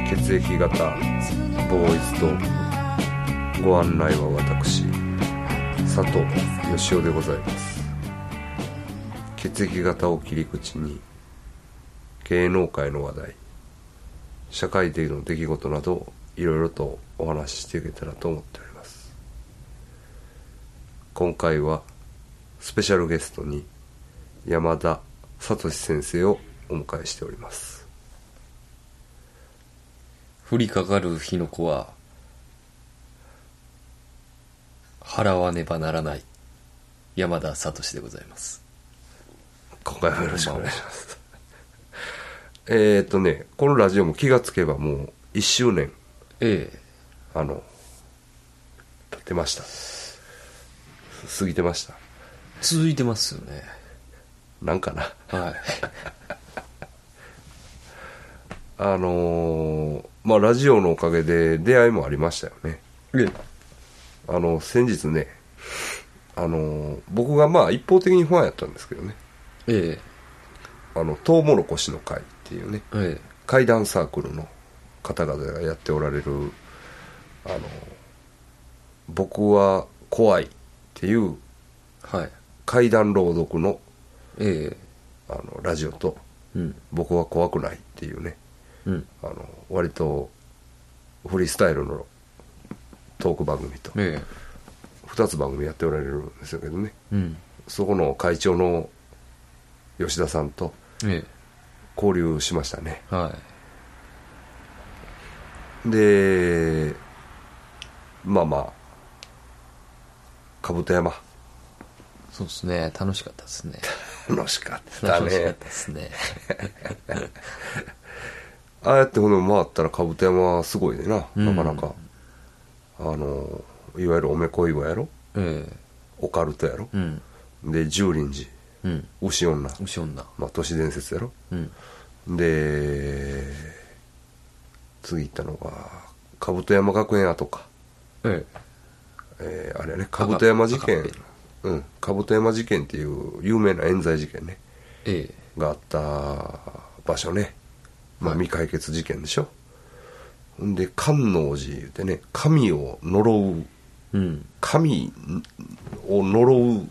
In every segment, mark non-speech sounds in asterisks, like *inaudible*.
方ボーイズとご案内は私佐藤義雄でございます血液型を切り口に芸能界の話題社会的の出来事などいろいろとお話ししていけたらと思っております今回はスペシャルゲストに山田聡先生をお迎えしております降りかかる火の粉は払わねばならない山田聡でございます今回もよろしくお願いしますえーっとねこのラジオも気がつけばもう1周年ええあの経ってました過ぎてました続いてますよねなんかなはいあのーまあラジオのおかげで出会いもありましたよねえあの先日ねあのー僕がまあ一方的にファンやったんですけどねええあのトウモロコシの会っていうねええ怪談サークルの方々がやっておられるあの僕は怖いっていうはい怪談朗読のええあのラジオとうん僕は怖くないっていうねうんあの割とフリースタイルのトーク番組とええ2つ番組やっておられるんですけどねうんそこの会長の吉田さんとえ交流しましたねえはでまあまあ兜山いそうですね楽しかったですね楽しかった *laughs* 楽しかっねたですねああやってほんで回ったら兜山はすごいでな、うんなかなかあのいわゆるおめこいわやろえオカルトやろえ、うんで十輪寺うん牛女、牛女まあ、都市伝説やろうんで次行ったのが兜山学園跡かええーあれね兜山事赤件赤うん兜山事件っていう有名な冤罪事件ねえええがあった場所ね、まあ、未解決事件でしょ、ほんで観音寺言うてね神を呪ううん神を呪う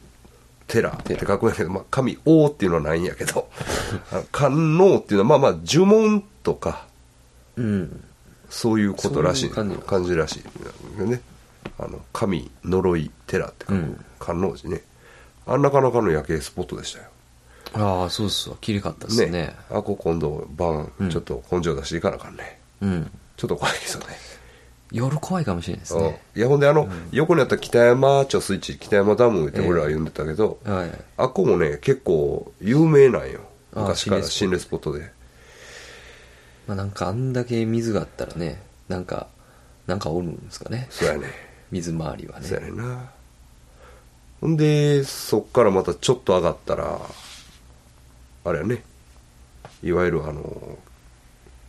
寺って書くんやけど、まあ、神王っていうのはないんやけど *laughs* あの観音っていうのはまあまあ呪文とかうんそういうことらしいそういう感感じじらしいねあの神呪い寺って書うくん観音寺ねあんなかなかの夜景スポットでしたよああそうっすわきれかったですねあこ今度晩うんちょっと根性出していかなあかんね、うんちょっと怖いですよね夜怖いかもしれないですねうんいやほんであの、横にあった北山町スイッチ北山ダムってええ俺ら呼んでたけど、はいあっこもね結構有名なんよあ昔から心心霊霊スポットでまあなんかあんだけ水があったらねなんかなんかおるんですかねそうやね水回りはねそうやねんなほんでそっからまたちょっと上がったらあれやねいわゆるあの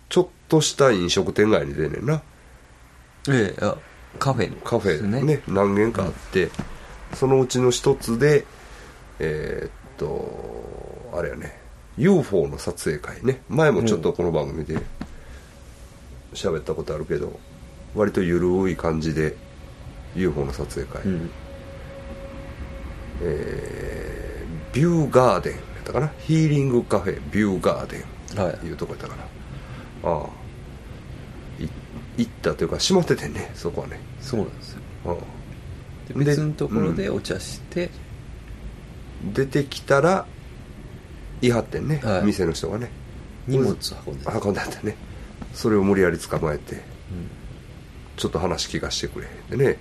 ちょっとした飲食店街に出んねんなええあカフェカフェねです何軒かあって、そのうちの一つでえーっとあれやね UFO の撮影会ね前もちょっとこの番組で喋ったことあるけど、割とゆるい感じで UFO の撮影会、うんえービューガーデンやったかなヒーリングカフェビューガーデンはいいうとこやったかな、ああい行ったというか閉まっててんねそこはねそうなんですようんでで別のところでお茶して、出てきたら言い張ってんね、はい店の人がね荷物運んでた運んだってねそれを無理やり捕まえてうんちょっと話聞かしてくれでね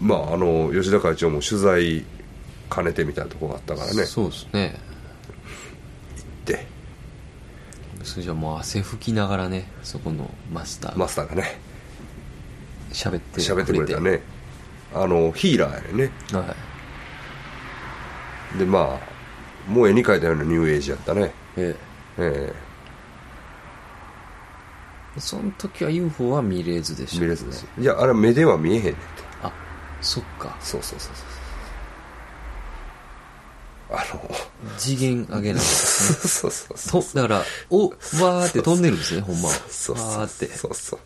まああの吉田会長も取材兼ねてみたいなとこがあったからね行っそうですねてそれじゃもう汗拭きながらねそこのマスターマがスターがね喋って喋ってくれたねあのヒーラーやねはでまあもう絵に描いたようなニューエイジやったねいえええその時は UFO は見れずでえし見たれずですいやあれ目では見えへんねんってあそっかそうそうそうそうあの次元上げないそうそうそとう。だからおわーって飛んでるんですねほんまはそうわそうーってそうそう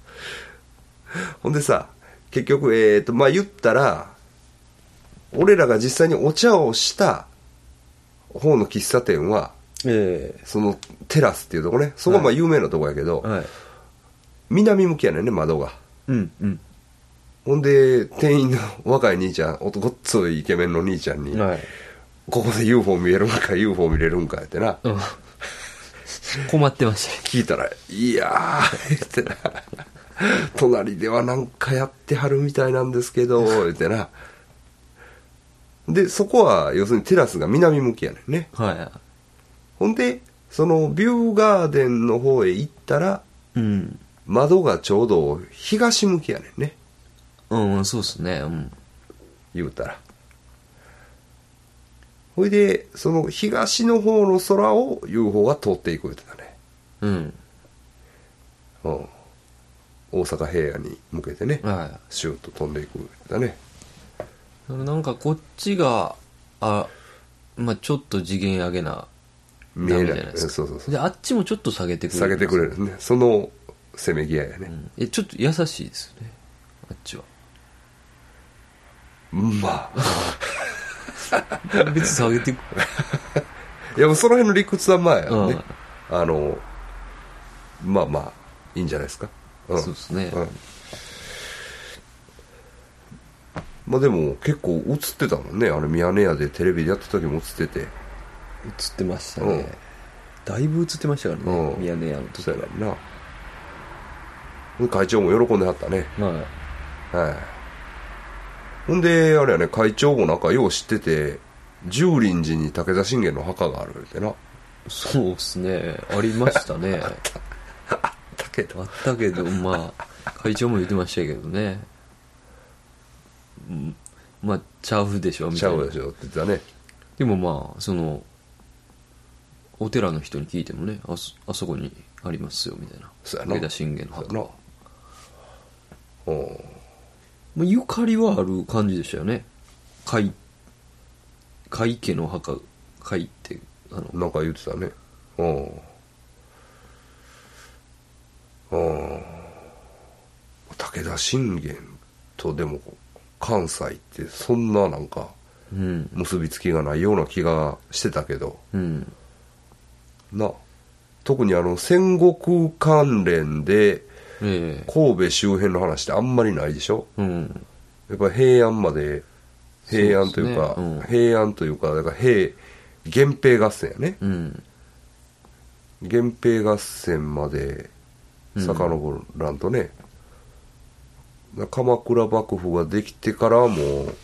ほんでさ結局えっ、とまあ言ったら俺らが実際にお茶をした方の喫茶店はえそのテラスっていうとこねそこはまあ有名なとこやけど、えはい南向きやねんね窓がうんうんほんで店員の若い兄ちゃんおとごっついイケメンの兄ちゃんに、はいここで UFO 見えるんか UFO 見れるんかってな、うん困ってましたね聞いたら「いやー」ってな *laughs* 「隣ではなんかやってはるみたいなんですけど」ってなでそこは要するにテラスが南向きやねんねはほんでそのビューガーデンの方へ行ったらいうん窓がちょうど東向きやねんねうんそうっすねうん言うたらほいでその東の方の空を UFO が通っていくってたね、うんうん、大阪平野に向けてね、はいシューッと飛んでいくだねそれなんかこっちがあまあちょっと次元上げな見えなダメじいゃないですそうかそうそうであっちもちょっと下げてくれ下げてくれる、るねそのせめぎ合いやうね、んえちょっと優しいですよねあっちはまあ別に下げてくいやもうその辺の理屈はまあやね、うんあのまあまあいいんじゃないですか、うん、そうですねうんまあでも結構映ってたもんねあれミヤネ屋でテレビでやってた時も映ってて映ってましたうんねだいぶ映ってましたからねうんミヤネ屋の時そうはやなな会長も喜んではったねはいはい。ほんで、あれやね、会長もなんかよう知ってて、十輪寺に武田信玄の墓があるってな。そうっすねありましたねだけど。あったけどまあ会長も言ってましたけどねうんまあちゃうでしょみちたゃいなうでしょって言ってたね。でもまあそのお寺の人に聞いてもねあそあそこにありますよみたいなそうやな武田信玄の墓そうやなうん。まあゆかりはある感じでしたよね甲斐家の墓甲斐ってあのなんか言ってたね。うん。うん。武田信玄とでも、関西ってそんななんかうん結びつきがないような気がしてたけど。うんな特にあの戦国関連でええ神戸周辺の話ってあんまりないでしょうんやっぱり平安まで平安というかそうですねうん平安というかだから平源平合戦やねうん源平合戦までうん遡らんとね、鎌倉幕府ができてからはもう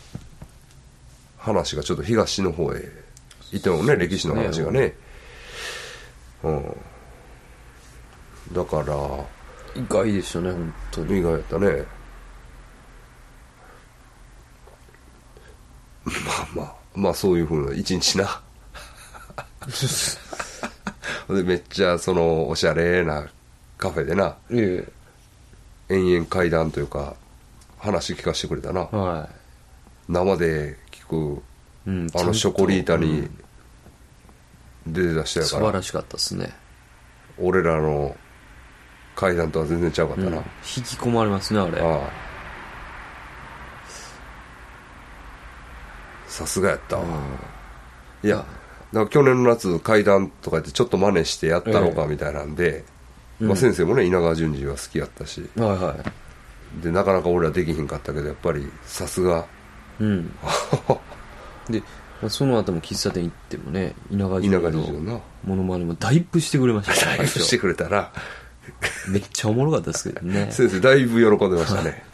話がちょっと東の方へ行ってもね歴史の話がねうんだから意外でしたね本当に意外やったねまあまあまあそういうふうな一日なでめっちゃそのおしゃれなカフェでなえ延々階段というか話聞かせてくれたなえは生で聞くい、うん、ちゃあんとのショコリータうにん出てた人や素か晴ららしかったですね俺らの階段とは全然ちゃうかったうんな、引き込まれますねあれああさすがやったわ、いやだから去年の夏階段とか言ってちょっと真似してやったのかみたいなんで、うんまあ、先生もね稲川淳二は好きやったしうんはいはでなかなか俺らできひんかったけどやっぱりさすがいうんで、まあその後も喫茶店行ってもね稲川稲淳川二淳二ののなモノマネもだいぶしてくれましたね配布してくれたら最初 *laughs* めっちゃおもろかったですけど *laughs* ね先生だいぶ喜んでました *laughs* ね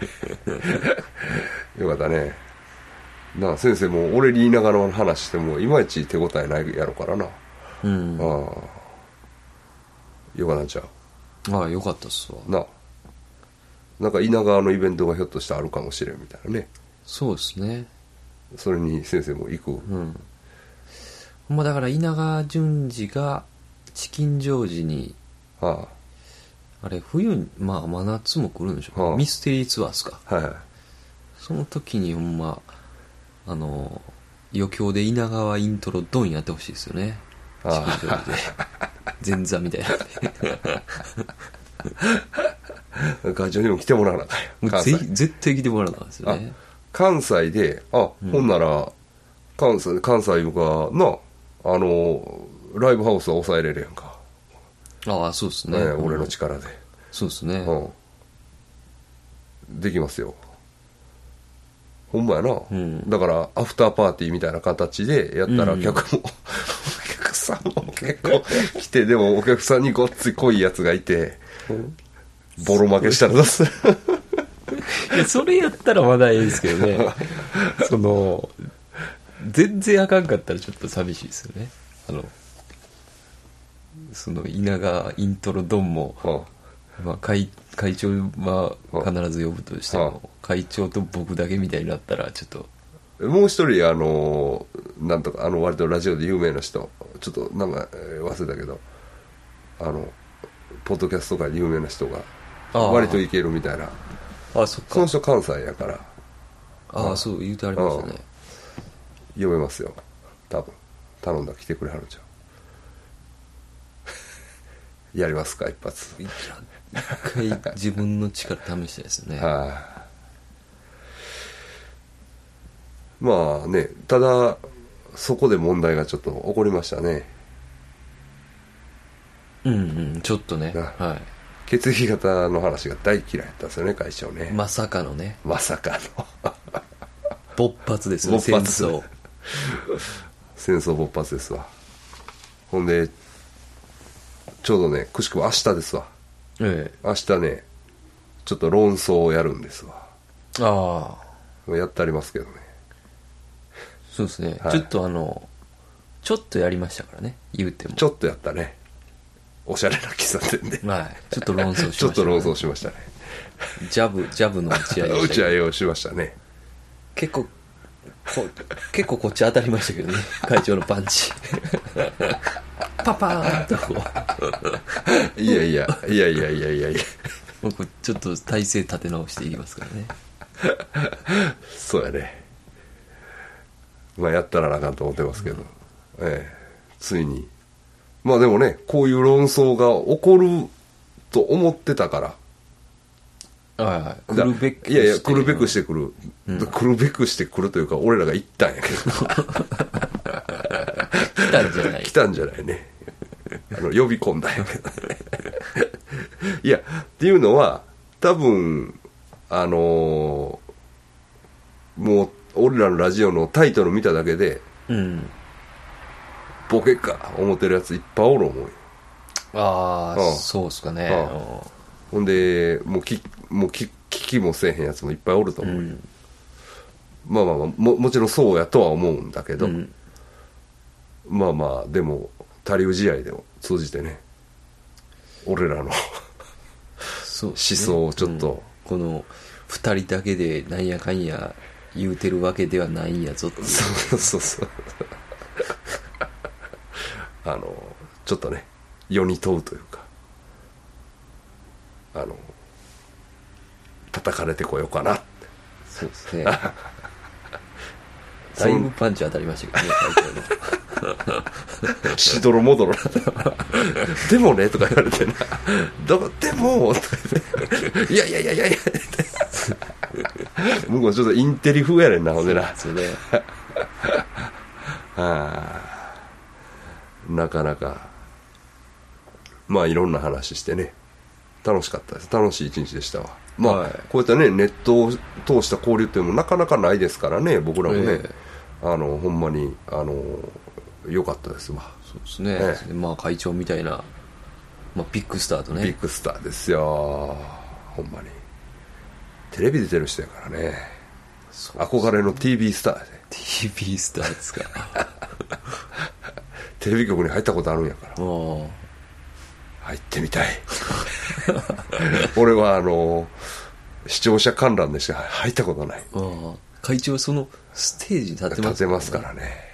よかったねなあ先生も俺に稲川の話してもいまいち手応えないやろからなうんあああよかなんちゃあよかったっすわうななんか稲川のイベントがひょっとしたらあるかもしれんみたいなねそうですねそれに先生も行く、うんほんまだから稲川淳二がチキンジョージにはあれ冬にまあ真夏も来るんでしょうか、はあミステリーツアーっすかあはいはいその時にほんまあの余興で稲川イントロドンやってほしいですよねあ式場で *laughs* 前座みたいなあガジョにも来てもらわなあかんやんもう関西ぜひ絶対来てもらわなあかんですよあね関西であ、ほんなら関西関西いうかなあのライブハウスは抑えれるやんか、ああそうですねね俺の力で、そうですね、うん、できますよほんまやな、んだからアフターパーティーみたいな形でやったらうん客も、 *laughs* お客さんも結構来てでもお客さんにごっつい濃いやつがいて、ボロ負けしたらどうするいやそれやったらまだいいですけど *laughs* ねその全然あかんかったらちょっと寂しいですよねあのその稲川イントロドンも、うんまあ、会会長は必ず呼ぶとしても、会長と僕だけみたいになったらちょっと *laughs* もう一人あのなんとかあの割とラジオで有名な人ちょっと名前えー忘れたけどあのポッドキャスト界で有名な人あがー割といけるみたいなあそっそのか人関西やからああそう言うとありましたね読めますよ多分頼んだら来てくれはるんちゃう *laughs* やりますか一発いや一回自分の力試したいですよねはいまあねただそこで問題がちょっと起こりましたねうんうんちょっとねなは血液型の話が大嫌いだったんですよね会長ねいまさかのねまさかの *laughs* 勃発ですよ勃戦発争戦争勃発ですわほんでちょうどねくしくも明日ですわええ明日ねちょっと論争をやるんですわああやってありますけどねそうですね、はいちょっとあのちょっとやりましたからね言うてもちょっとやったねおしゃれな喫茶店ではいちょっと論争しまし *laughs* ちたょね、っと論争しましたねジャブジャブの打ち合いで *laughs* 打したけちど合いをしましたね結構こ結構こっち当たりましたけどね *laughs* 会長のパンチパパーンとこいやいやいやいやいやいやいやうもうこうちょっと体勢立て直していきますからねそうやねまあやったらなあかんと思ってますけど、ええついにまあでもねこういう論争が起こると思ってたからはいはいだ来るべくしていやいや来るべくしてくる、うん来るべくしてくるというか俺らが行ったんやけど来たんじゃない来たんじゃないね *laughs* あの呼び込んだんやけどいやっていうのは多分あのーもう俺らのラジオのタイトル見ただけでうんボケか思ってるやついっぱいおる思うよああうんそうっすかねうんほんでもうきもうき聞きもせえへんやつもいっぱいおるとう思うよ、んまあまあまあももちろんそうやとは思うんだけど、うんまあまあでも他流試合でも通じてね俺らの思そうっすね想をちょっと、この二人だけでなんやかんや言うてるわけではないんやぞっていう *laughs* そうそうそうあのちょっとね世に問うというかあの叩かれてこようかなってそうです *laughs* ねだいぶパンチ当たりましたけどね会しどろもどろなでもねとか言われてなだからでもとか言っていやいやいやいやいやって向こうちょっとインテリ風やねんなほんでなあ長の *laughs* そうねあなかなかまあいろんな話してね楽しかったです楽しい一日でしたわまあ、はいこういったねネットを通した交流っていうのもなかなかないですからね僕らもね、えあのほんまにあの良かったですわそうですね、えでまあ会長みたいな、まあ、ビッグスターとビッねグスターですよほんまにテレビ出てる人やからねそう憧れの TV スターやで TV スター *laughs* ですかあテレビ局に入ったことあるんやからあ入ってみたい俺はあの視聴者観覧でしか入ったことないああ会長はそのステージに立ってます立てますからね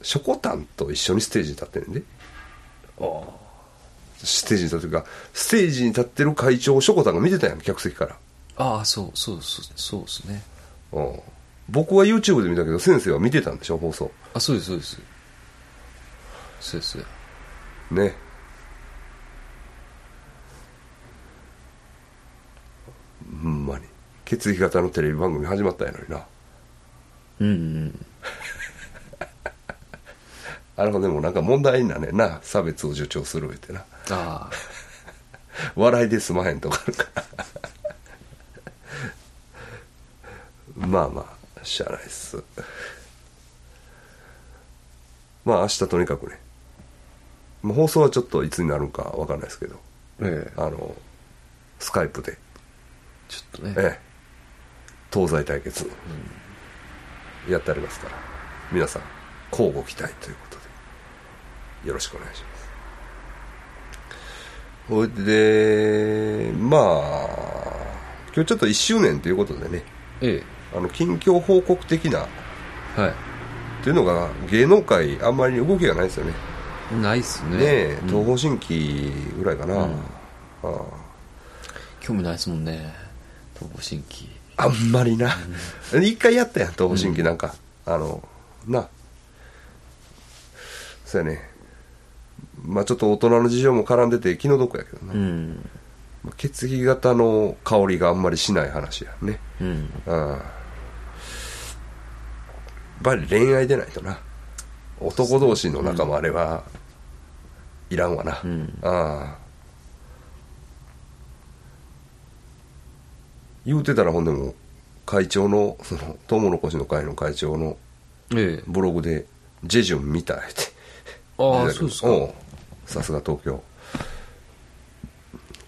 しょこたんと一緒にステージに立ってるんでステージに立ってるかステージに立ってる会長をしょこたんが見てたやん客席からああそうそうそうそうですねうん僕は YouTube で見たけど先生は見てたんでしょ放送あそうですそうですそうですねほんまに血液型のテレビ番組始まったんやのになうんうんあれもでもなんか問題になんねんな差別を助長する上ってなああ笑いで済まへんとかあるから *laughs* まあまあしゃあないっすまあ明日とにかくねまあ放送はちょっといつになるかわかんないですけどええあのスカイプでちょっとねええ、東西対決、やってありますから皆さん交互期待ということでよろしくお願いしますほいでまあ今日ちょっと1周年ということでねえあの近況報告的なえはというのが芸能界あんまり動きがないですよねいないっすねねえうん東方神起ぐらいかな、うんあ興味ないっすもんね東方神起ああんまりな一回やったやん東方神起なんか、あのなそうやねまあちょっと大人の事情も絡んでて気の毒やけどな、うん血液型の香りがあんまりしない話やねうんうんやっぱり恋愛でないとな男同士の仲間あれはいらんわな、うんああ言うてたらほんでも会長のそのトウモロコシの会の会長のええブログで「ジェジュン見た」ってああ出てたけそどうですかんさすが東京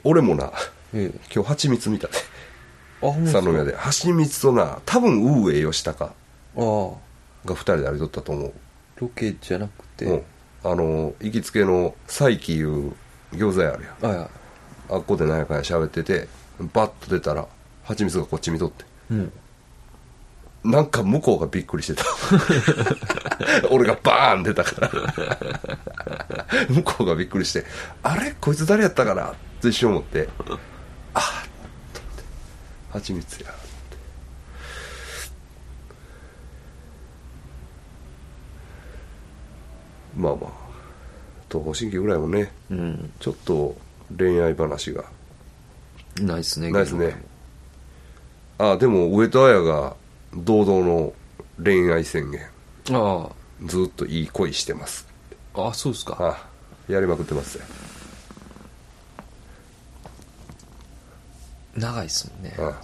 俺もなえ今日蜂蜜見たでえあほんまですか三宮で蜂蜜とな多分ウーエヨシタカああロが2人であれとったと思うケじゃなくて、うんあの行きつけの再起いう餃子屋あるやんあああっこで何やかんや喋っててバッと出たら蜂蜜がこっち見とってうんなんか向こうがびっくりしてた *laughs* 俺がバーン出たから *laughs* 向こうがびっくりしてあれこいつ誰やったかなって一瞬思ってあっと思って蜂蜜やと思ってまあまあ東方神起ぐらいもねうんちょっと恋愛話がないっすねないですねあでも上戸彩が堂々の恋愛宣言ああずっといい恋してますああそうですかあやりまくってますね長いっすもんねあ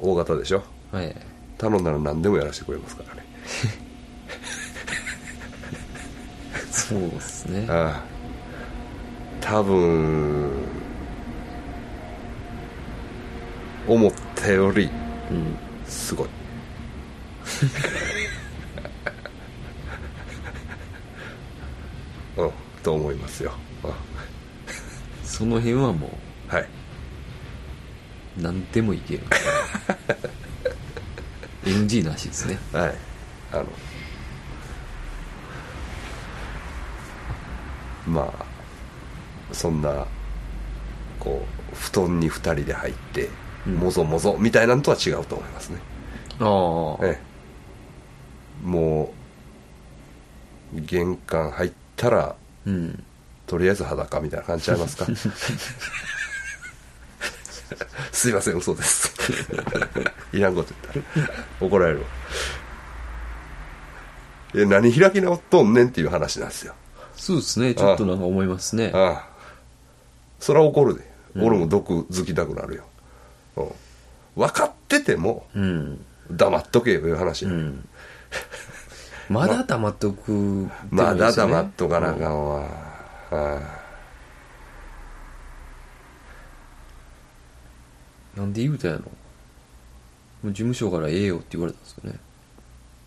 大型でしょはい頼んだら何でもやらせてくれますからねそうですねあ多分思ったよりうんすごい *laughs* うんと思いますよ、うんその辺はもはい、う何でもい *laughs* ける NG なしですねはい、あのまあそんなこう布団に2人で入って、うんもぞもぞみたいなのとは違うと思いますね、ああええ、もう玄関入ったらうんとりあえず裸みたいな感じちゃいます *laughs* かすいません嘘ですいらんこと言ったら怒られるわいや何開き直っとんねんっていう話なんですよそうですねちょっとなんか思いますねああそら怒るで俺も毒づきたくなるよ、うん分かっててもうん黙っとけよいう話うや、ん *laughs* まだ黙っとくでもいいですよねまだ黙っとかなあかんわ、ああなんで言うたんやろもう事務所からええよって言われたんですよね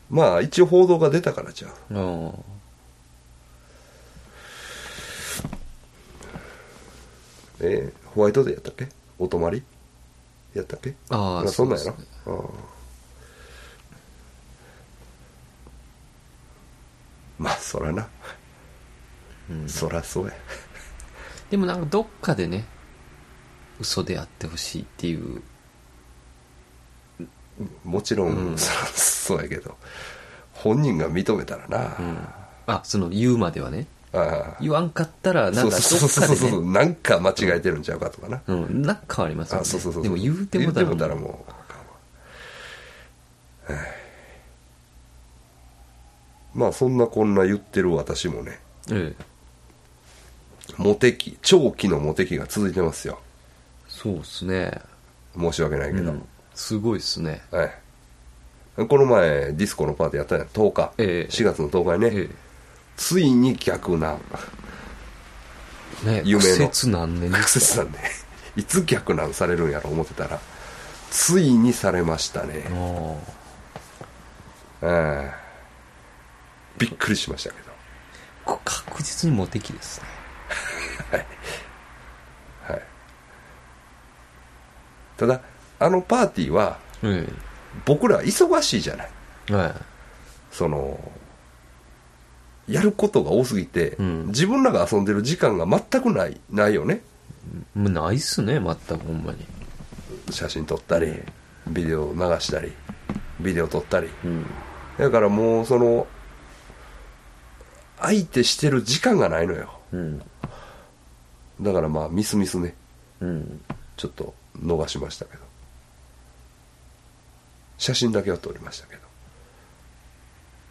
まあ一応報道が出たからちゃうあえーホワイトデーやったっけお泊まりやったっけあああなんかそんなんやろそうですねうんまあそらな、うんそらそうやでもなんかどっかでね嘘であってほしいっていうもちろん、うんそらそうやけど本人が認めたらな、うんあ、その言うまではね。ああ言わんかったら、なんかどっそうそうかそうでそね。うなんか間違えてるんちゃうかとかな、うん、なんかありますよあね。そうそうそうそうでも言うてもだ言うてもたらう。もうあかんわはいまあそんなこんな言ってる私もねええ。モテ期長期のモテ期が続いてますよそうっすね。申し訳ないけうど、ん。すごいっすね。はいこの前ディスコのパーティーやったやん10日、ええ4月の10日にね、えついに逆難え。ね夢の苦節何年で学すか説なんでいつ逆難されるんやろ思ってたらついにされましたね、ああ。ええびっくりしましたけどこれ確実にモテ期ですね。はい、ただあのパーティーはえ僕ら忙しいじゃないえ。はい。そのやることが多すぎて、うん自分らが遊んでる時間が全くないないよねもうないっすね、全くほんまに。写真撮ったりビデオ流したりビデオ撮ったりうん。だからもうその相手してる時間がないのようん。だからまあミスミスねうん。ちょっと逃しましたけど写真だけは撮りましたけど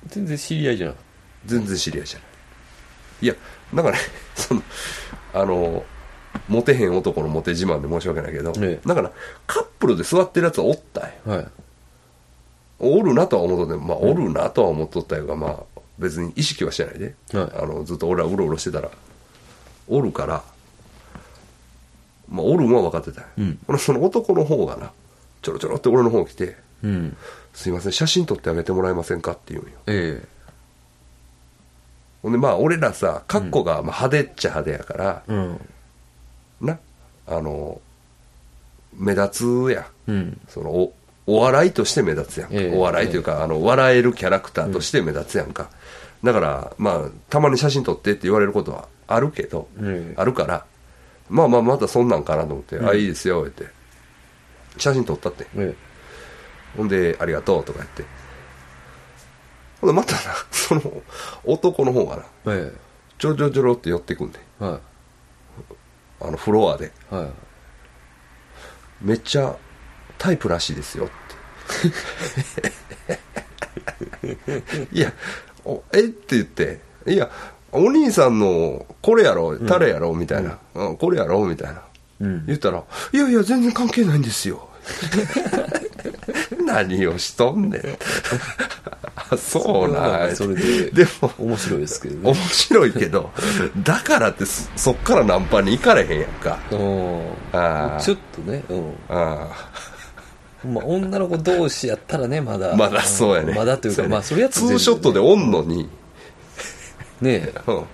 全然知り合いじゃん。全然知り合いじゃないいやだからね *laughs* そのあのモテへん男のモテ自慢で申し訳ないけど、ええだからカップルで座ってるやつはおったんよはい。おるなとは思っとってまあおるなとは思っとったよがまあ別に意識はしてないで、はいあのずっと俺はうろうろしてたらおるからまあおるんは分かってたよ、うんこのその男の方がなちょろちょろって俺の方来てうん。 「すいません写真撮ってあげてもらえませんか?」って言うんよえほんでまあ俺らさ格好がまあ派手っちゃ派手やから、え。うん。なあの目立つやんうん。そのおお笑いとして目立つやんか、ええお笑いというか、あの笑えるキャラクターとして目立つやんか、だからまあたまに写真撮ってって言われることはあるけど、ええあるからまあまあまたそんなんかなと思って「あいいですよ」って写真撮ったってえほんで「ありがとう」とか言ってほんでまたなその男の方がなえ。えちょろちょろちょろって寄ってくんでえ。はあのフロアでい。はい。めっちゃタイプらしいですよって *laughs* いやおえって言っていやお兄さんのこれやろタレやろみたいな、うんこれやろみたいなうん。言ったら「いやいや全然関係ないんですよ」 *laughs* 何をしとんねん *laughs* あそうなんやそれで、でも面白いですけど面ね。白いけどだからってそそっからナンパに行かれへんやんかうんああちょっとね、うああん。まあ、女の子同士やったらね、まだ。まだそうやね。んまだというか、ねまあ、それやったツらーショットでねおんのに。え。うん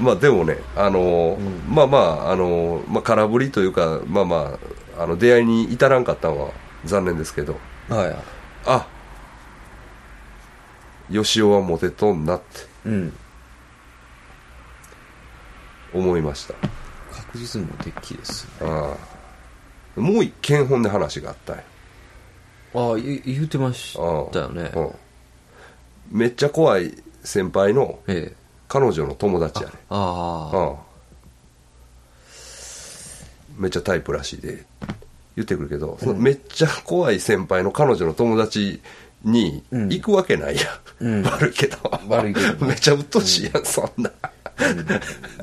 まあでもね、あのーまあまあ、あのーまあ空振りというか、まあまあ、あの出会いに至らんかったのは残念ですけど、はあよしおはモテとんなってい。うん。思いました。確実にモテ期です。ああもう一件本で話があったんやああ、ゆ言うてましああたよね。うんめっちゃ怖い先輩のええ。彼女の友達やね。ああ。うん、めっちゃタイプらしいで言ってくるけど、そのめっちゃ怖い先輩の彼女の友達にうん行くわけないや、うんん、悪いけど悪いけどめっちゃ鬱陶しいやん、そんな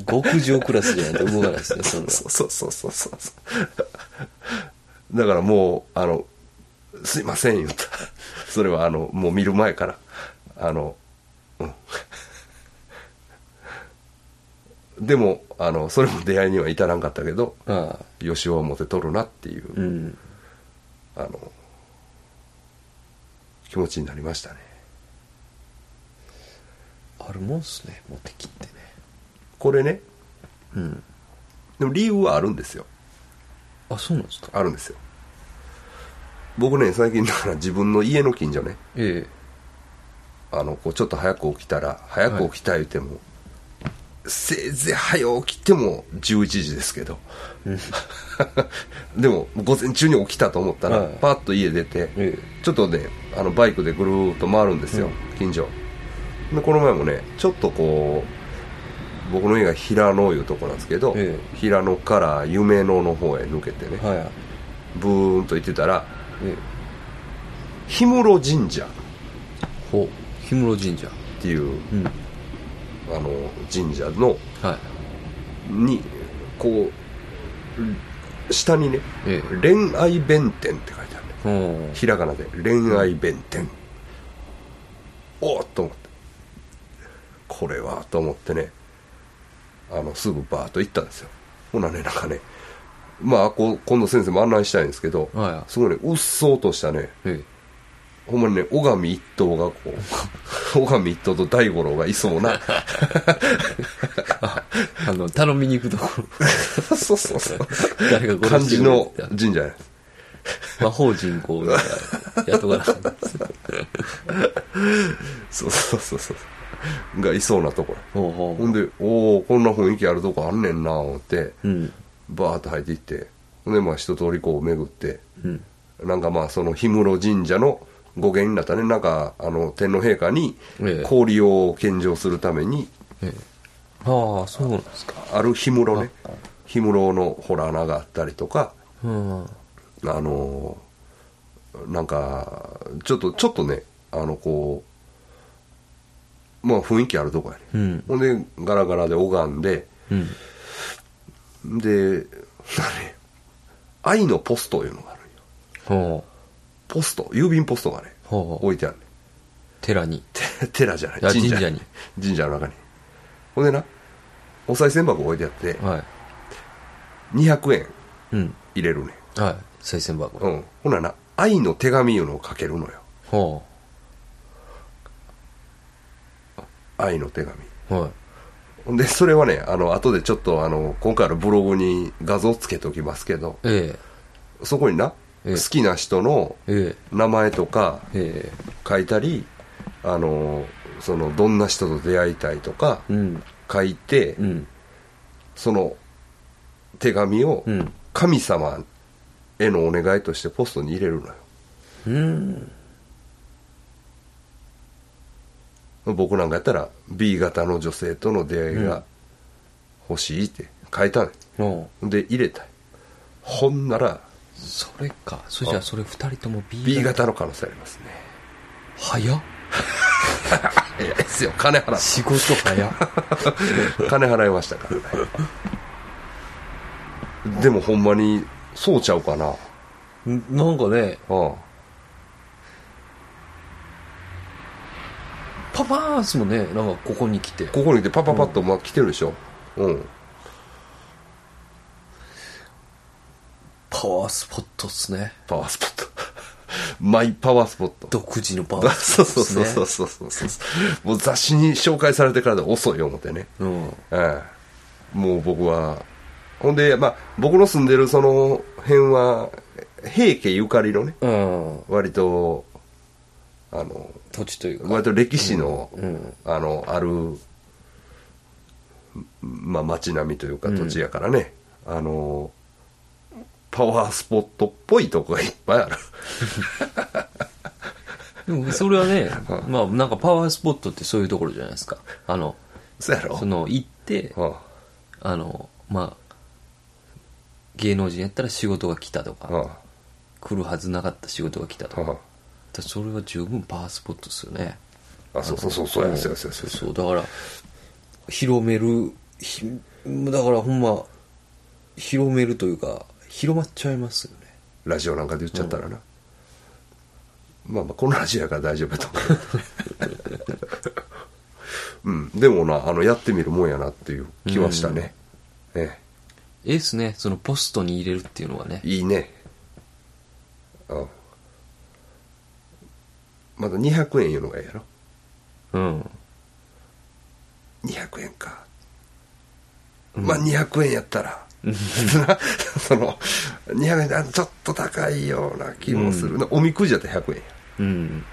極上クラスじゃないと動かないです *laughs* ね、そんな。そうそうそうそうそうだからもうあの「すいません」言ったそれはあのもう見る前からあのうんでもあのそれも出会いには至らんかったけどああ吉尾はモテとるなっていう、うん。あの気持ちになりましたねあるもんっすね、モテ期ってね。これねうん。でも理由はあるんですよあ、そうなんですか。あるんですよ僕ね最近だから自分の家の近所ねえあのこうちょっと早く起きたら早く起きたい言うても、せいぜい早起きても11時ですけど *laughs* でも午前中に起きたと思ったらはいパッと家出て、えちょっとねあのバイクでぐるーっと回るんですよ、近所でこの前もねちょっとこう僕の家が平野いうとこなんですけど、え平野から夢野の方へ抜けてね、えはいはいブーンと行ってたらえ氷室神社っえほう氷室神社ていううんあの神社のはいにこう下にねえ「恋愛弁天」って書いてあるねえうんひらがなで「恋愛弁天」おおっと思ってこれはと思ってねあのすぐバーッと行ったんですよほなねなんかねまあこう今度先生も案内したいんですけど、はいはいすごいねうっそうとしたねえ *laughs* ほんまにね小上一党がこう *laughs* 小上一党と大五郎がいそう *laughs* なえあの頼みに行くと *laughs* こそうそうそうろ誰が感殺してじくれのって神社や魔法人口だからやっとかなそうそうそうそうがいそうなところほうほほんでおおこんな雰囲気あるとこあんねんな思ってううんバーッと入っていってほんでまあ一通りこう巡ってうんなんかまあその氷室神社の語源になったねなんかあの天皇陛下にええ氷を献上するためにええああそうなんですかある氷室ね氷室のほら穴があったりとかうんあのーなんかちょっとちょっとねあのこうまあ雰囲気あるとこやね、うんほんでガラガラで拝んでうんで何ね愛のポストいうのがあるんよほうポスト郵便ポストがねほう置いてあるね寺にて寺じゃないあ神社神社に神社の中にほんでなお賽銭箱置いてあっては200円いうん入れるねはい再銭箱うにんほんならな愛の手紙いうのを書けるのよほ愛の手紙うはいほんで、それはね、あの、後でちょっと、あの、今回のブログに画像つけておきますけど、えそこにな、ええ好きな人のええ名前とかええ書いたり、あの、その、どんな人と出会いたいとかえうん書いて、うんその手紙をうん神様へのお願いとしてポストに入れるのよ。うん僕なんかやったら、B 型の女性との出会いが欲しいって書いたのほうよで、入れたよ。ほんなら、それかそれじゃあそれ二人とも B B 型型の可能性ありますね。早っいやですよ金払仕事早っう金払いましたから、でもほんまにそうちゃうかなあん *laughs* なんかねあパパーンっすもんねなんかここに来てここにいてパパパッとまあ来てるでしょうんパワースポットっすねパワースポット *laughs* マイパワースポット独自のパあワースそポうットそうそうそうですねそうそうそうもう雑誌に紹介されてからで遅い思ってねうんはええもう僕はほんでまあ僕の住んでるその辺は平家ゆかりのねうん割とあの土地というか割と歴史の、うんあのある、まあ、街並みというか土地やからね、あのパワースポットっぽいとこがいっぱいある *laughs* でもそれ *laughs* はねまあなんかパワースポットってそういうところじゃないですかあのそうやろその行ってうんあのまあ芸能人やったら仕事が来たとか、うん来るはずなかった仕事が来たとか,、うんそれは十分パワースポットですよねあそうそうそうそうやそうやそうやそうやそうだから広めるひだからほんま広めるというか広まっちゃいますよねラジオなんかで言っちゃったらな、まあまあこのラジオやから大丈夫やと思うけど *laughs* うんでもなあのやってみるもんやなっていう気はしたね、ええええっすねそのポストに入れるっていうのはねいいね。うん。まだ200円いうのがええやろ。うん200円か。まあ200円やった *laughs* ら。その、200円であちょっと高いような気もするな。おみくじやったら100円うん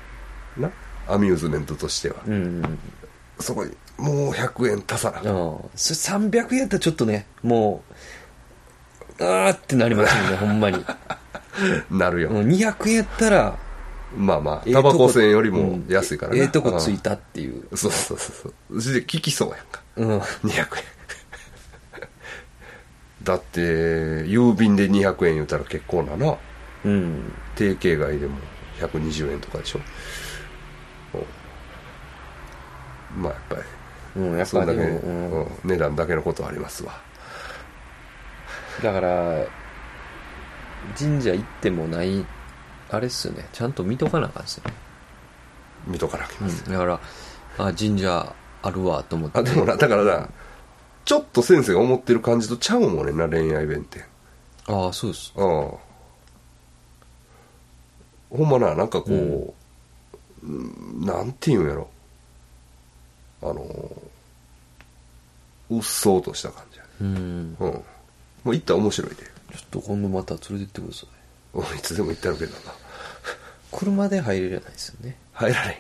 や。な。アミューズメントとしては。うんそこにもう100円足さなうん。それ300円やったらちょっとね、もう、あーってなりますよね、ほんまに。なるよ、うん200円やったら、まあまあええタとこバコ1000円よりも安いからうんねええとこついたっていう。そうそうそうそうそれで聞きそうやんかうん。 200円だって郵便で200円言うたら結構ななうん。定型外でも120円とかでしょおまあやっぱりうん、やっそぱんだでけ、も、ううんん値段だけのことはありますわだから、神社行ってもない、あれっすよね。ちゃんと見とかなあかんっすよね。見とかなきゃいけうまんせん、。だから、あ、神社あるわ、と思って。あでもなだからなちょっと先生が思ってる感じとちゃうもんねんな恋愛弁ってああ、そうです。うんほんまななんかこう、うんなんていうんやろあのうっそうとした感じやねうん。うんもう行ったら面白いでちょっと今度また連れてってください。うんいつでも行ったるけどな車で入れないですよね。入られん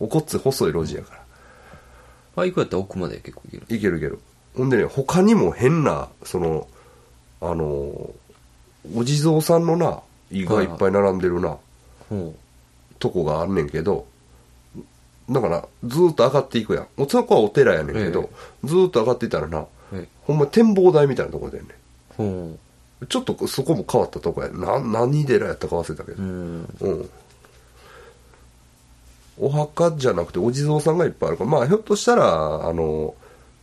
おこっつ細い路地やからバイクやったら奥まで結構行ける。いけるいけるほんでね他にも変なそのあのお地蔵さんのな胃がいっぱい並んでるな、ほとこがあんねんけどだからずーっと上がっていくやんおそこはお寺やねんけど、ずーっと上がっていったらなう。え、ほんま展望台みたいなとこでねほちょっとそこも変わったとこやな何寺やったか忘れたけう。うどん。うん、お墓じゃなくてお地蔵さんがいっぱいあるからまあひょっとしたらあの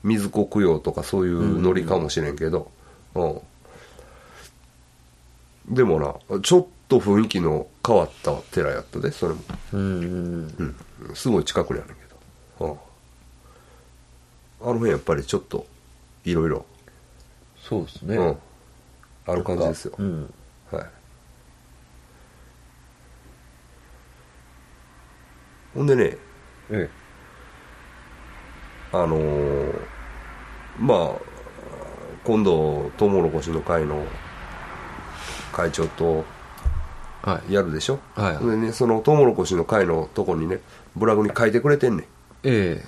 水子供養とかそういうノリかもしれんけどうん、でもなちょっと雰囲気の変わった寺やったでそれもうんうん。うん、すごい近くにあるんやけど、うん、あの辺やっぱりちょっといろいろそうですね。うんある感じですよう、ん。はいほんでねえあのーまあ今度トウモロコシの会の会長とえ。はい。やるでしょ、はいほんでねそのトウモロコシの会のとこにねブラグに書いてくれてんねんええ。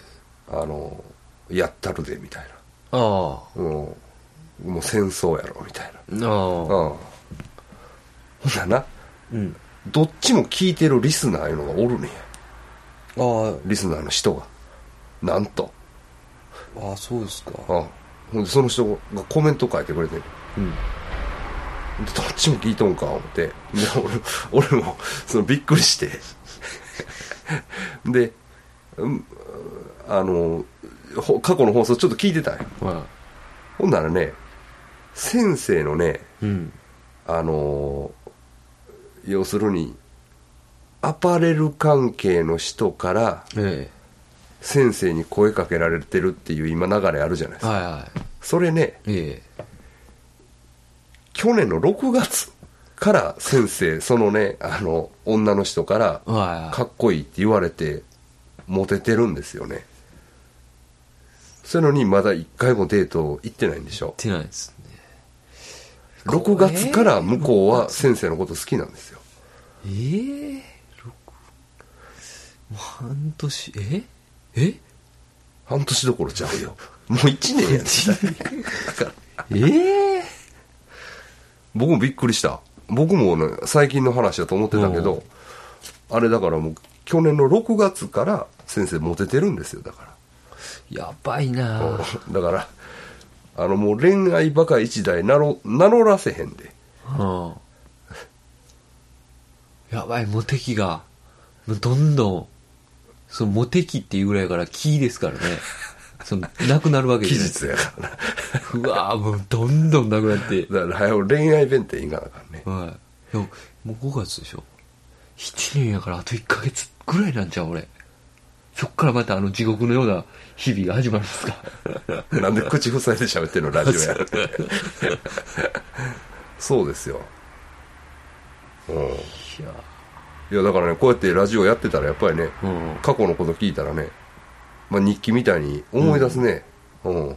あのーやったるでみたいなああ。もうもう戦争やろみたいなああ。うんほんならなうん。どっちも聞いてるリスナーいうのがおるねんあリスナーの人がなんと、あ、ああ、そうですか。うん、ほんでその人がコメント書いてくれてんねうん。んでどっちも聞いとんか思ってで俺俺もそのびっくりしてで、うん、あのほ過去の放送ちょっと聞いてたんよはほんならね先生のねい。うん。あのー要するにアパレル関係の人からえ先生に声かけられてるっていう今流れあるじゃないでえ。すかはいはい。それねえ去年の6月から先生そのねあの女の人からえ。はいかはっこいいって言われてモテてるんですよねそれのにまだ1回もデート行ってないんでしょい。行ってないですね。 6月から向こうは先生のこと好きなんですよええ。六もう半年、ええ半年どころちゃうよもう1年や *laughs* でええ。僕もびっくりした僕もね最近の話だと思ってたけどあれだからもう去年の6月から先生モテてるんですよだかやばいならあだからあのもう恋愛バカ一代名乗名乗らせへんでうんやばい、モテ期が、もうどんどん、そのモテ期っていうぐらいからキーですからね。その、なくなるわけ期です。日やからな *laughs* うわぁ、もうどんどんなくなって。だから早う恋愛弁っていいかなあかんねはい。でも、もう5月でしょ。7年やからあと1ヶ月ぐらいなんちゃう、俺。そっからまたあの地獄のような日々が始まるんですか。なんで口塞いで喋ってるのラジオや *laughs* そうですようんいやいやだからねこうやってラジオやってたらやっぱりね、うん過去のこと聞いたらね、まあ、日記みたいに思い出すね、うん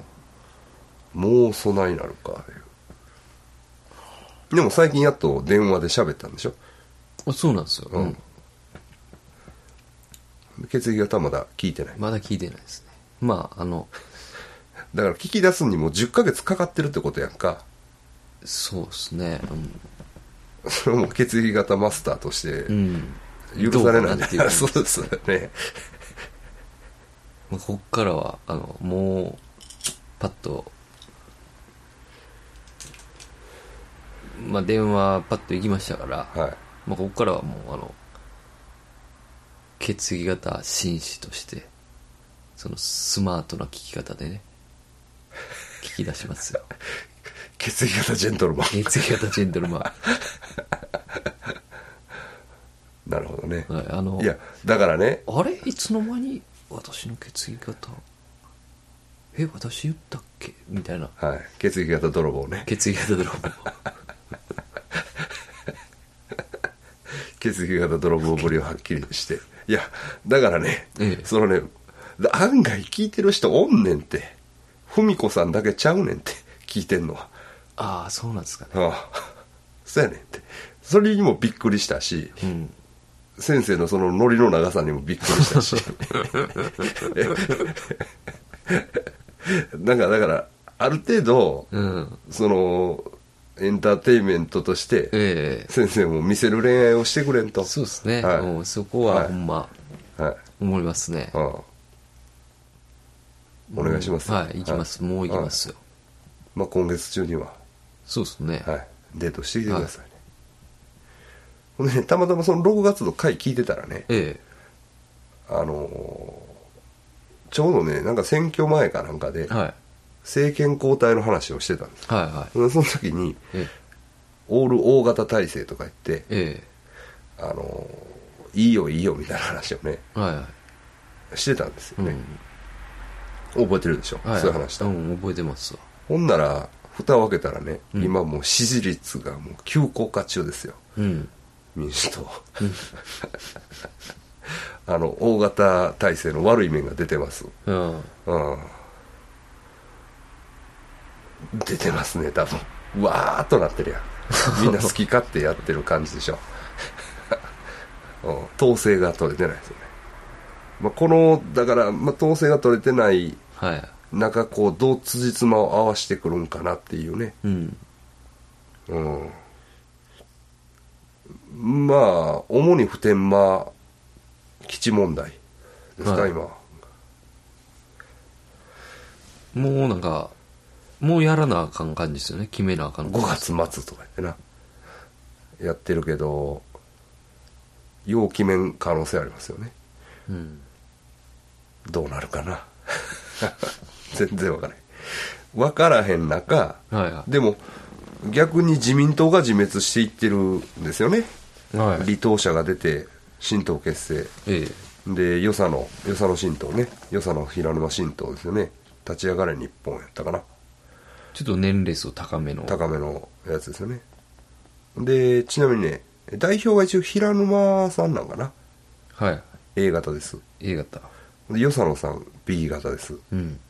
もうそないなるかいうでも最近やっと電話で喋ったんでしょ、あそうなんですよ。うん。血液型はまだ聞いてないまだ聞いてないですね。まああのだから聞き出すにも10ヶ月かかってるってことやんか *laughs* そうですねそれも血液型マスターとしてうん、うん許されないどうかなってい *laughs* いう感うじそうですよねまあ、こっからはあのもうパッとまあ電話パッと行きましたから、はいまあ、ここからはもうあの血液型紳士としてそのスマートな聞き方 *laughs* でね聞き出しますよ血液型ジェントルマン血液型ジェントルマなるほどねン、はい、あのいやだからねあれいつの間に私の血液型え私言ったっけみたいなはい血液型泥棒ね血液型泥棒血液型泥棒ぶりをはっきりしていやだからね、ええそのねだ案外聞いてる人おんねんって文子さんだけちゃうねんって聞いてんのはああそうなんですかねああそうやねんってそれにもびっくりしたしうん先生のそのノリの長さにもびっくり *laughs* したしなんかだからある程度うんそのエンターテインメントとしてええ先生も見せる恋愛をしてくれんとそうですね、はいうんそこはほんまはい思いますね、うんお願いします、はい行きます、もう行きますよ、まあ、今月中には、そうですね、はい、デートしてきてくださいね、ほんでねたまたまその6月の回聞いてたらねえあのーちょうどねなんか選挙前かなんかでえはい政権交代の話をしてたんですはいはいその時にえオール大型体制とか言って、えあのーいいよいいよみたいな話をねえはいはしてたんですい、うよんね、覚えてるでしょ、はい、そういう話した、うん覚えてますわほんなら、蓋を開けたらね、うん今もう支持率がもう急降下中ですよ、うん民主党。 *laughs* あの、大型体制の悪い面が出てます。うんうん。出てますね、多分。うわーっとなってるやん。みんな好き勝手やってる感じでしょ。うん、統制が取れてないですよね。まあ、この、だから、まあ、統制が取れてないはい中、こう、どう辻褄を合わしてくるんかなっていうね。うんうん、まあ主に普天間基地問題ですか、はい今もうなんかもうやらなあかん感じですよね決めなあかん5月末とか言ってなやってるけど要決めん可能性ありますよねうんどうなるかな *laughs* 全然わからへん分からへん中はいはでも逆に自民党が自滅していってるんですよね、いはい離党者が出て新党結成ええで、与謝野、与謝野新党ね、与謝野平沼新党ですよね、立ち上がれ日本やったかな、ちょっと年齢層高めの高めのやつですよね。で、ちなみにね、代表が一応平沼さんなんかな、はい A 型です。 A 型で、与謝野さん、B 型です。うん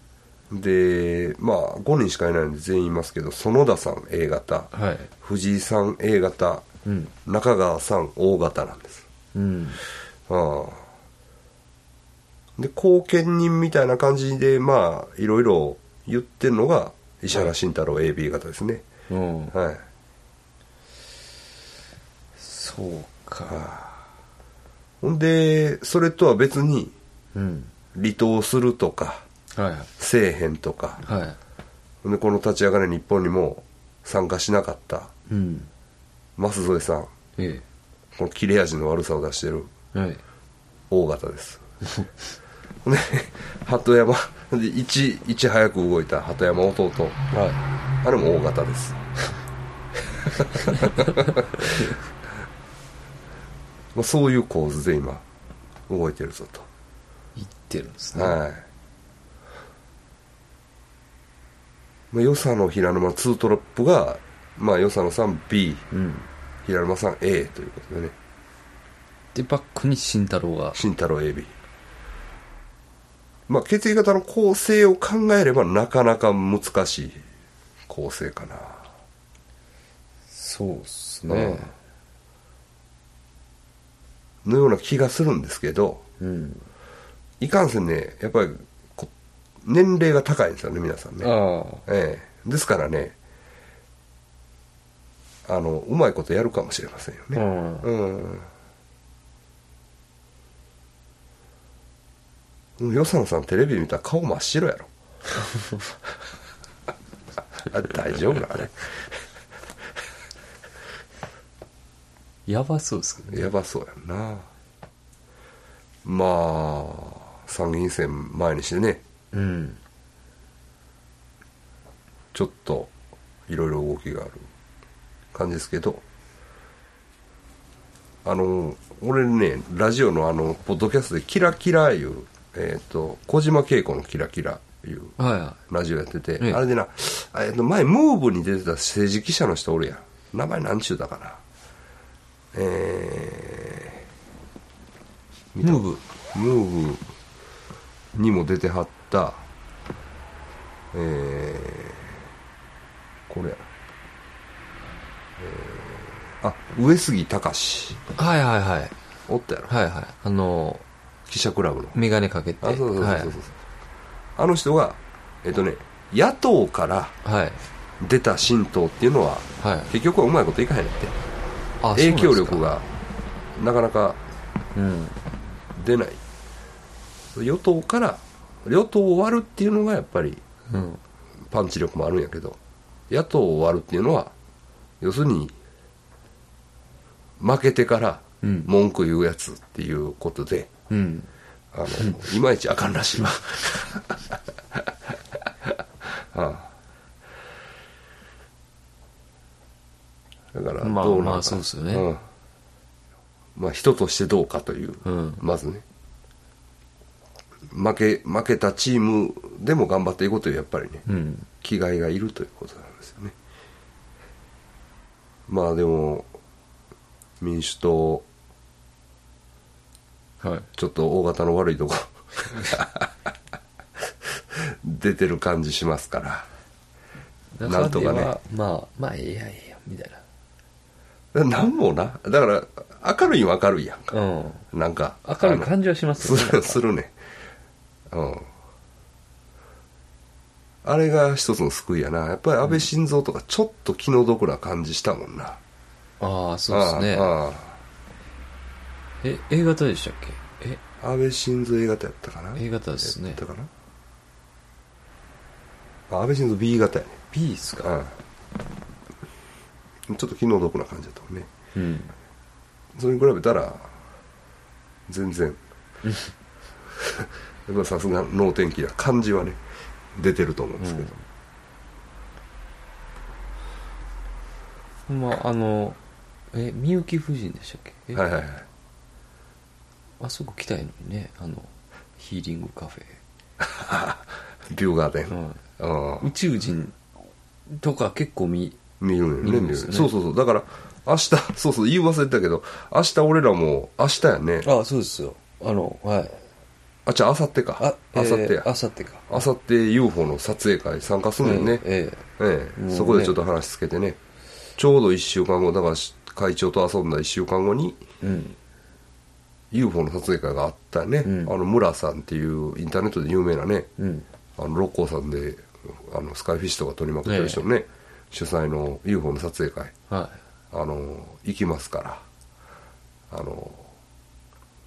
で、まあ、5人しかいないんで全員いますけど、園田さん、A 型、はい藤井さん、A 型、うん中川さん、O 型なんです。うんああで後見人みたいな感じでまあいろいろ言ってんのが石原慎太郎 AB 型ですねうんはいそうかほんでそれとは別にうん離党するとかはいはいせえへんとかはほんでこの立ち上がれ日本にも参加しなかったいうん舛添さんえこの切れ味の悪さを出してるえはい O 型ですほんで鳩山でいちいち早く動いた鳩山弟はあれも大型です *laughs* まあそういう構図で今動いてるぞと、い行ってるんですねはい、まあ、与謝野平沼2トラップが、まあ、与謝野さん B うん平沼さん A ということでねでバックに慎太郎が慎太郎 AB まあ血液型の構成を考えればなかなか難しい構成かなそうっすのような気がするんですけどうんいかんせんねやっぱりこ年齢が高いんですよね皆さんねあええ、ですからねあのうまいことやるかもしれませんよあ、うね、ん、うんうんよさのさんテレビ見たら顔真っ白 *laughs* やろあ大丈夫なあれやばそうですけどねやばそうやんなまあ参議院選前にしてねうんちょっといろいろ動きがある感じですけどあの俺ねラジオのあのポッドキャストで「キラキラ」いう、えー、と小島慶子の「キラキラ」いうはいはラジオやってて、ええあれでな、えー、と前ムーブに出てた政治記者の人おるやん名前なんちゅうだかなえいムーブー、ムーブにも出てはったえー、これや、えー、あ上杉隆はいはいはいおったやろ、はいはいあの記者クラブの眼鏡かけてあそうそうそうそうそう、はいあの人がえっ、とね野党からはい出た新党っていうのははい結局はうまいこといかへんってあ影響そ力うなんでがなかなかすかうん出ない与党から与党を割るっていうのがやっぱりうんパンチ力もあるんやけど野党を割るっていうのは要するに負けてからうん文句言うやつっていうことで、うんあのいまいちあかんらしいわ *laughs* ああだからどうなまあのかまあそうですよねんまあ人としてどうかという、うんまずね負け負けたチームでも頑張っていこうというやっぱりね、うん気概がいるということなんですよねまあでも民主党はいちょっと大型の悪いとこ *laughs* 出てる感じしますからなんとかね中ではまあまあええやええやみたいなんもなだから明るいは明るいやんかなうんなんか明るい感じはしますすよねなんるかするねうんあれが一つの救いやなやっぱり安倍晋三とかちょっと気の毒な感じしたもんな、ああそうですねああえ A 型でしたっけえああ安倍晋三 A 型やったかな A 型ですねやったかなあ安倍晋三 B 型やね B っすかうん、ちょっと気の毒な感じだったもんねうんそれに比べたら全 *laughs* 然やっぱさすが能天気な感じはね出てると思うんですけど、まああのえみゆき夫人でしたっけえはいはいはいあそこ来たいのにねあのヒーリングカフビューガーデェ、ン、はいああ宇宙人とか結構見見るんよね見るん見でるすねそうそうそうだから明日そうそう言い忘れてたけど明日俺らも明日やねあそうですよあのはいあじゃあ明後日か明後日やあさってか明後日 UFO の撮影会参加するのよね、ええええもうねそこでちょっと話つけてねちょうど1週間後だからし会長と遊んだ1週間後にうん UFO の撮影会があったね、うんあの村さんっていうインターネットで有名なねうんあの六甲山であのスカイフィッシュとか撮りまくってる人のね、主催の UFO の撮影会はいあの行きますからあの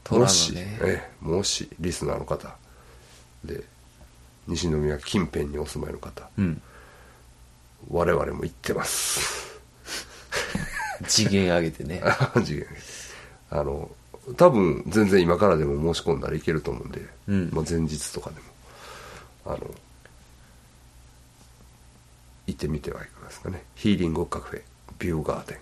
虎のねもし、ええもしリスナーの方で西宮近辺にお住まいの方うん我々も行ってます次元上げて *laughs* ね次元あの多分全然今からでも申し込んだらいけると思うんで、うんもう前日とかでもあの行ってみてはいかがですかねヒーリングカフェビューガーデン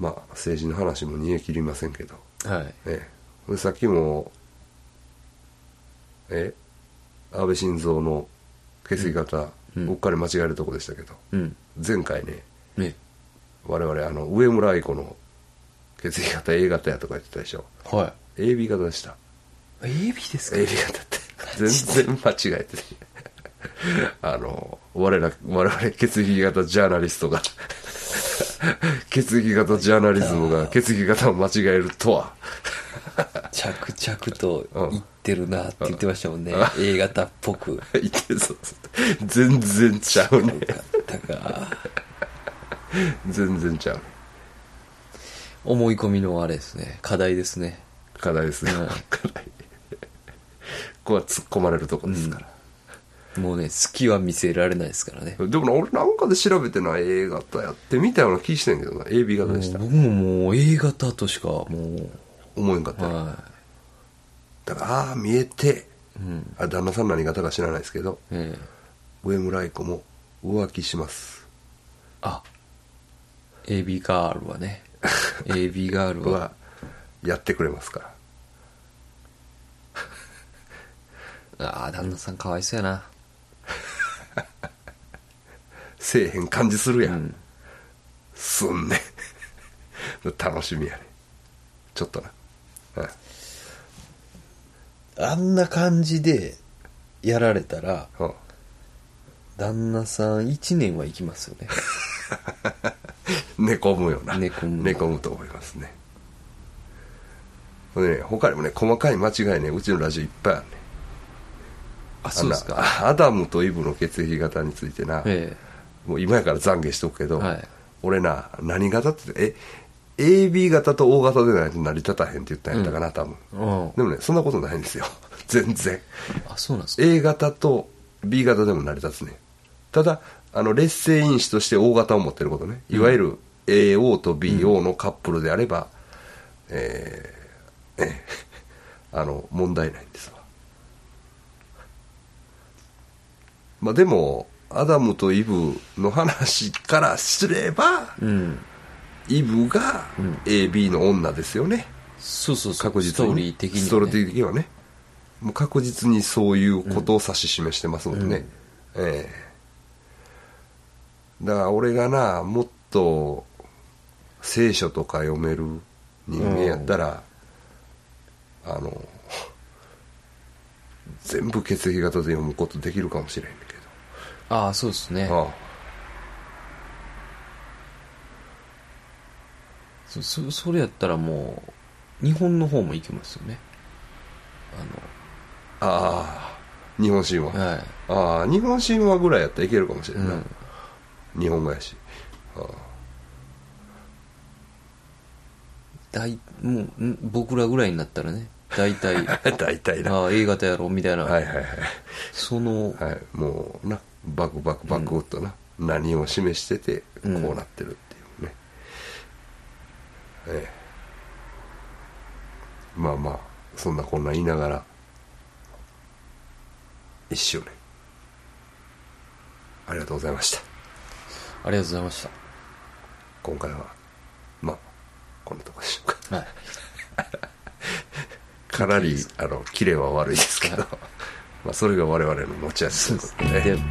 まあ政治の話も煮え切りませんけどはいええでさっきもえ安倍晋三の血液型、うんうっかり間違えるとこでしたけど、うん前回ねね我々あの上村愛子の血液型 A 型やとか言ってたでしょは AB 型でしたい AB ですか AB 型って *laughs* 全然間違えてて *laughs* あの我ら我々血液型ジャーナリストが *laughs* 血液型ジャーナリズムが血液型を間違えるとはち着々と行ってるなって言ってましたもんね、A 型っぽくいけそう全然ちゃうねよかったか全然ちゃう *laughs* 思い込みのあれですね課題ですね課題ですね、うん *laughs* 課題ここは突っ込まれるとこですから、もうね隙は見せられないですからねでもな俺なんかで調べてない A 型やってみたような気してんけどな AB 型もうでした僕ももう A 型としかも思えんかっうたよはだからああ見えていうんあ旦那さん何型か知らないですけどええ上村愛子も浮気しますあ AB ガールは *laughs* ね AB ガールははやってくれますからああ旦那さんかわいそうやなせえへん感じするうやん、んすん *laughs* ね楽しみやねちょっとな、うんあんな感じでやられたらうん旦那さん1年は行きますよね寝込むよな寝込むむと思いますねこれね他にもね細かい間違いねうちのラジオいっぱいあるね *laughs* ああんなあアダムとイブの血液型についてな、えもう今やから懺悔しとくけど、はい俺な何型ってえ AB 型と O 型でないと成り立たへんって言ったんやったかな、多分えうんでもねそんなことないんですよ *laughs* 全然あそうなんですか A 型と B 型でも成り立つねただあの劣勢因子として O 型を持ってることねいわゆる AO と BO のカップルであれば、えーえー *laughs* あの問題ないんですわまあでもアダムとイブの話からすればうんイブが AB の女ですよね、そうそうそう確実にストーリー的に、ね、ストーリー的にはねもう確実にそういうことを指し示してますもんね、ええだから俺がなもっと聖書とか読める人間やったら、あの全部血液型で読むことできるかもしれへんけどああそうですねああそそそれやったらもう日本の方も行きますよねああ日本神話、あのはいああ日本神話ぐらいやったらいけるかもしれんない、日本語やし *laughs* ああ大もうん僕らぐらいになったらね大 *laughs* 体あ大体な。はあ A 型やろみたいな、いはいはい。その、はい、もうな、バクバクバクっとな、何を示してて、こうなってるっていうね。ええ。まあまあ、そんなこんな言いながら、一周年。ありがとうございました。ありがとうございまし今回は、まあ、こんなとこでしょうか。たはいかなり、あの、キレは悪いですけど、まあ、それが我々の持ち味ということでね。で、うん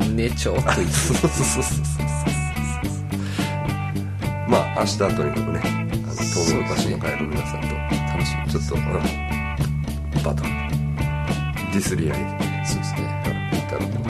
次、ねちょ *laughs* っと言ってそうそうそうそうそうそうまあ明日はとにかくねあの東京橋の会の皆さんと楽しみちょっと、うんバトンディスり合いそうですね。だろうと思います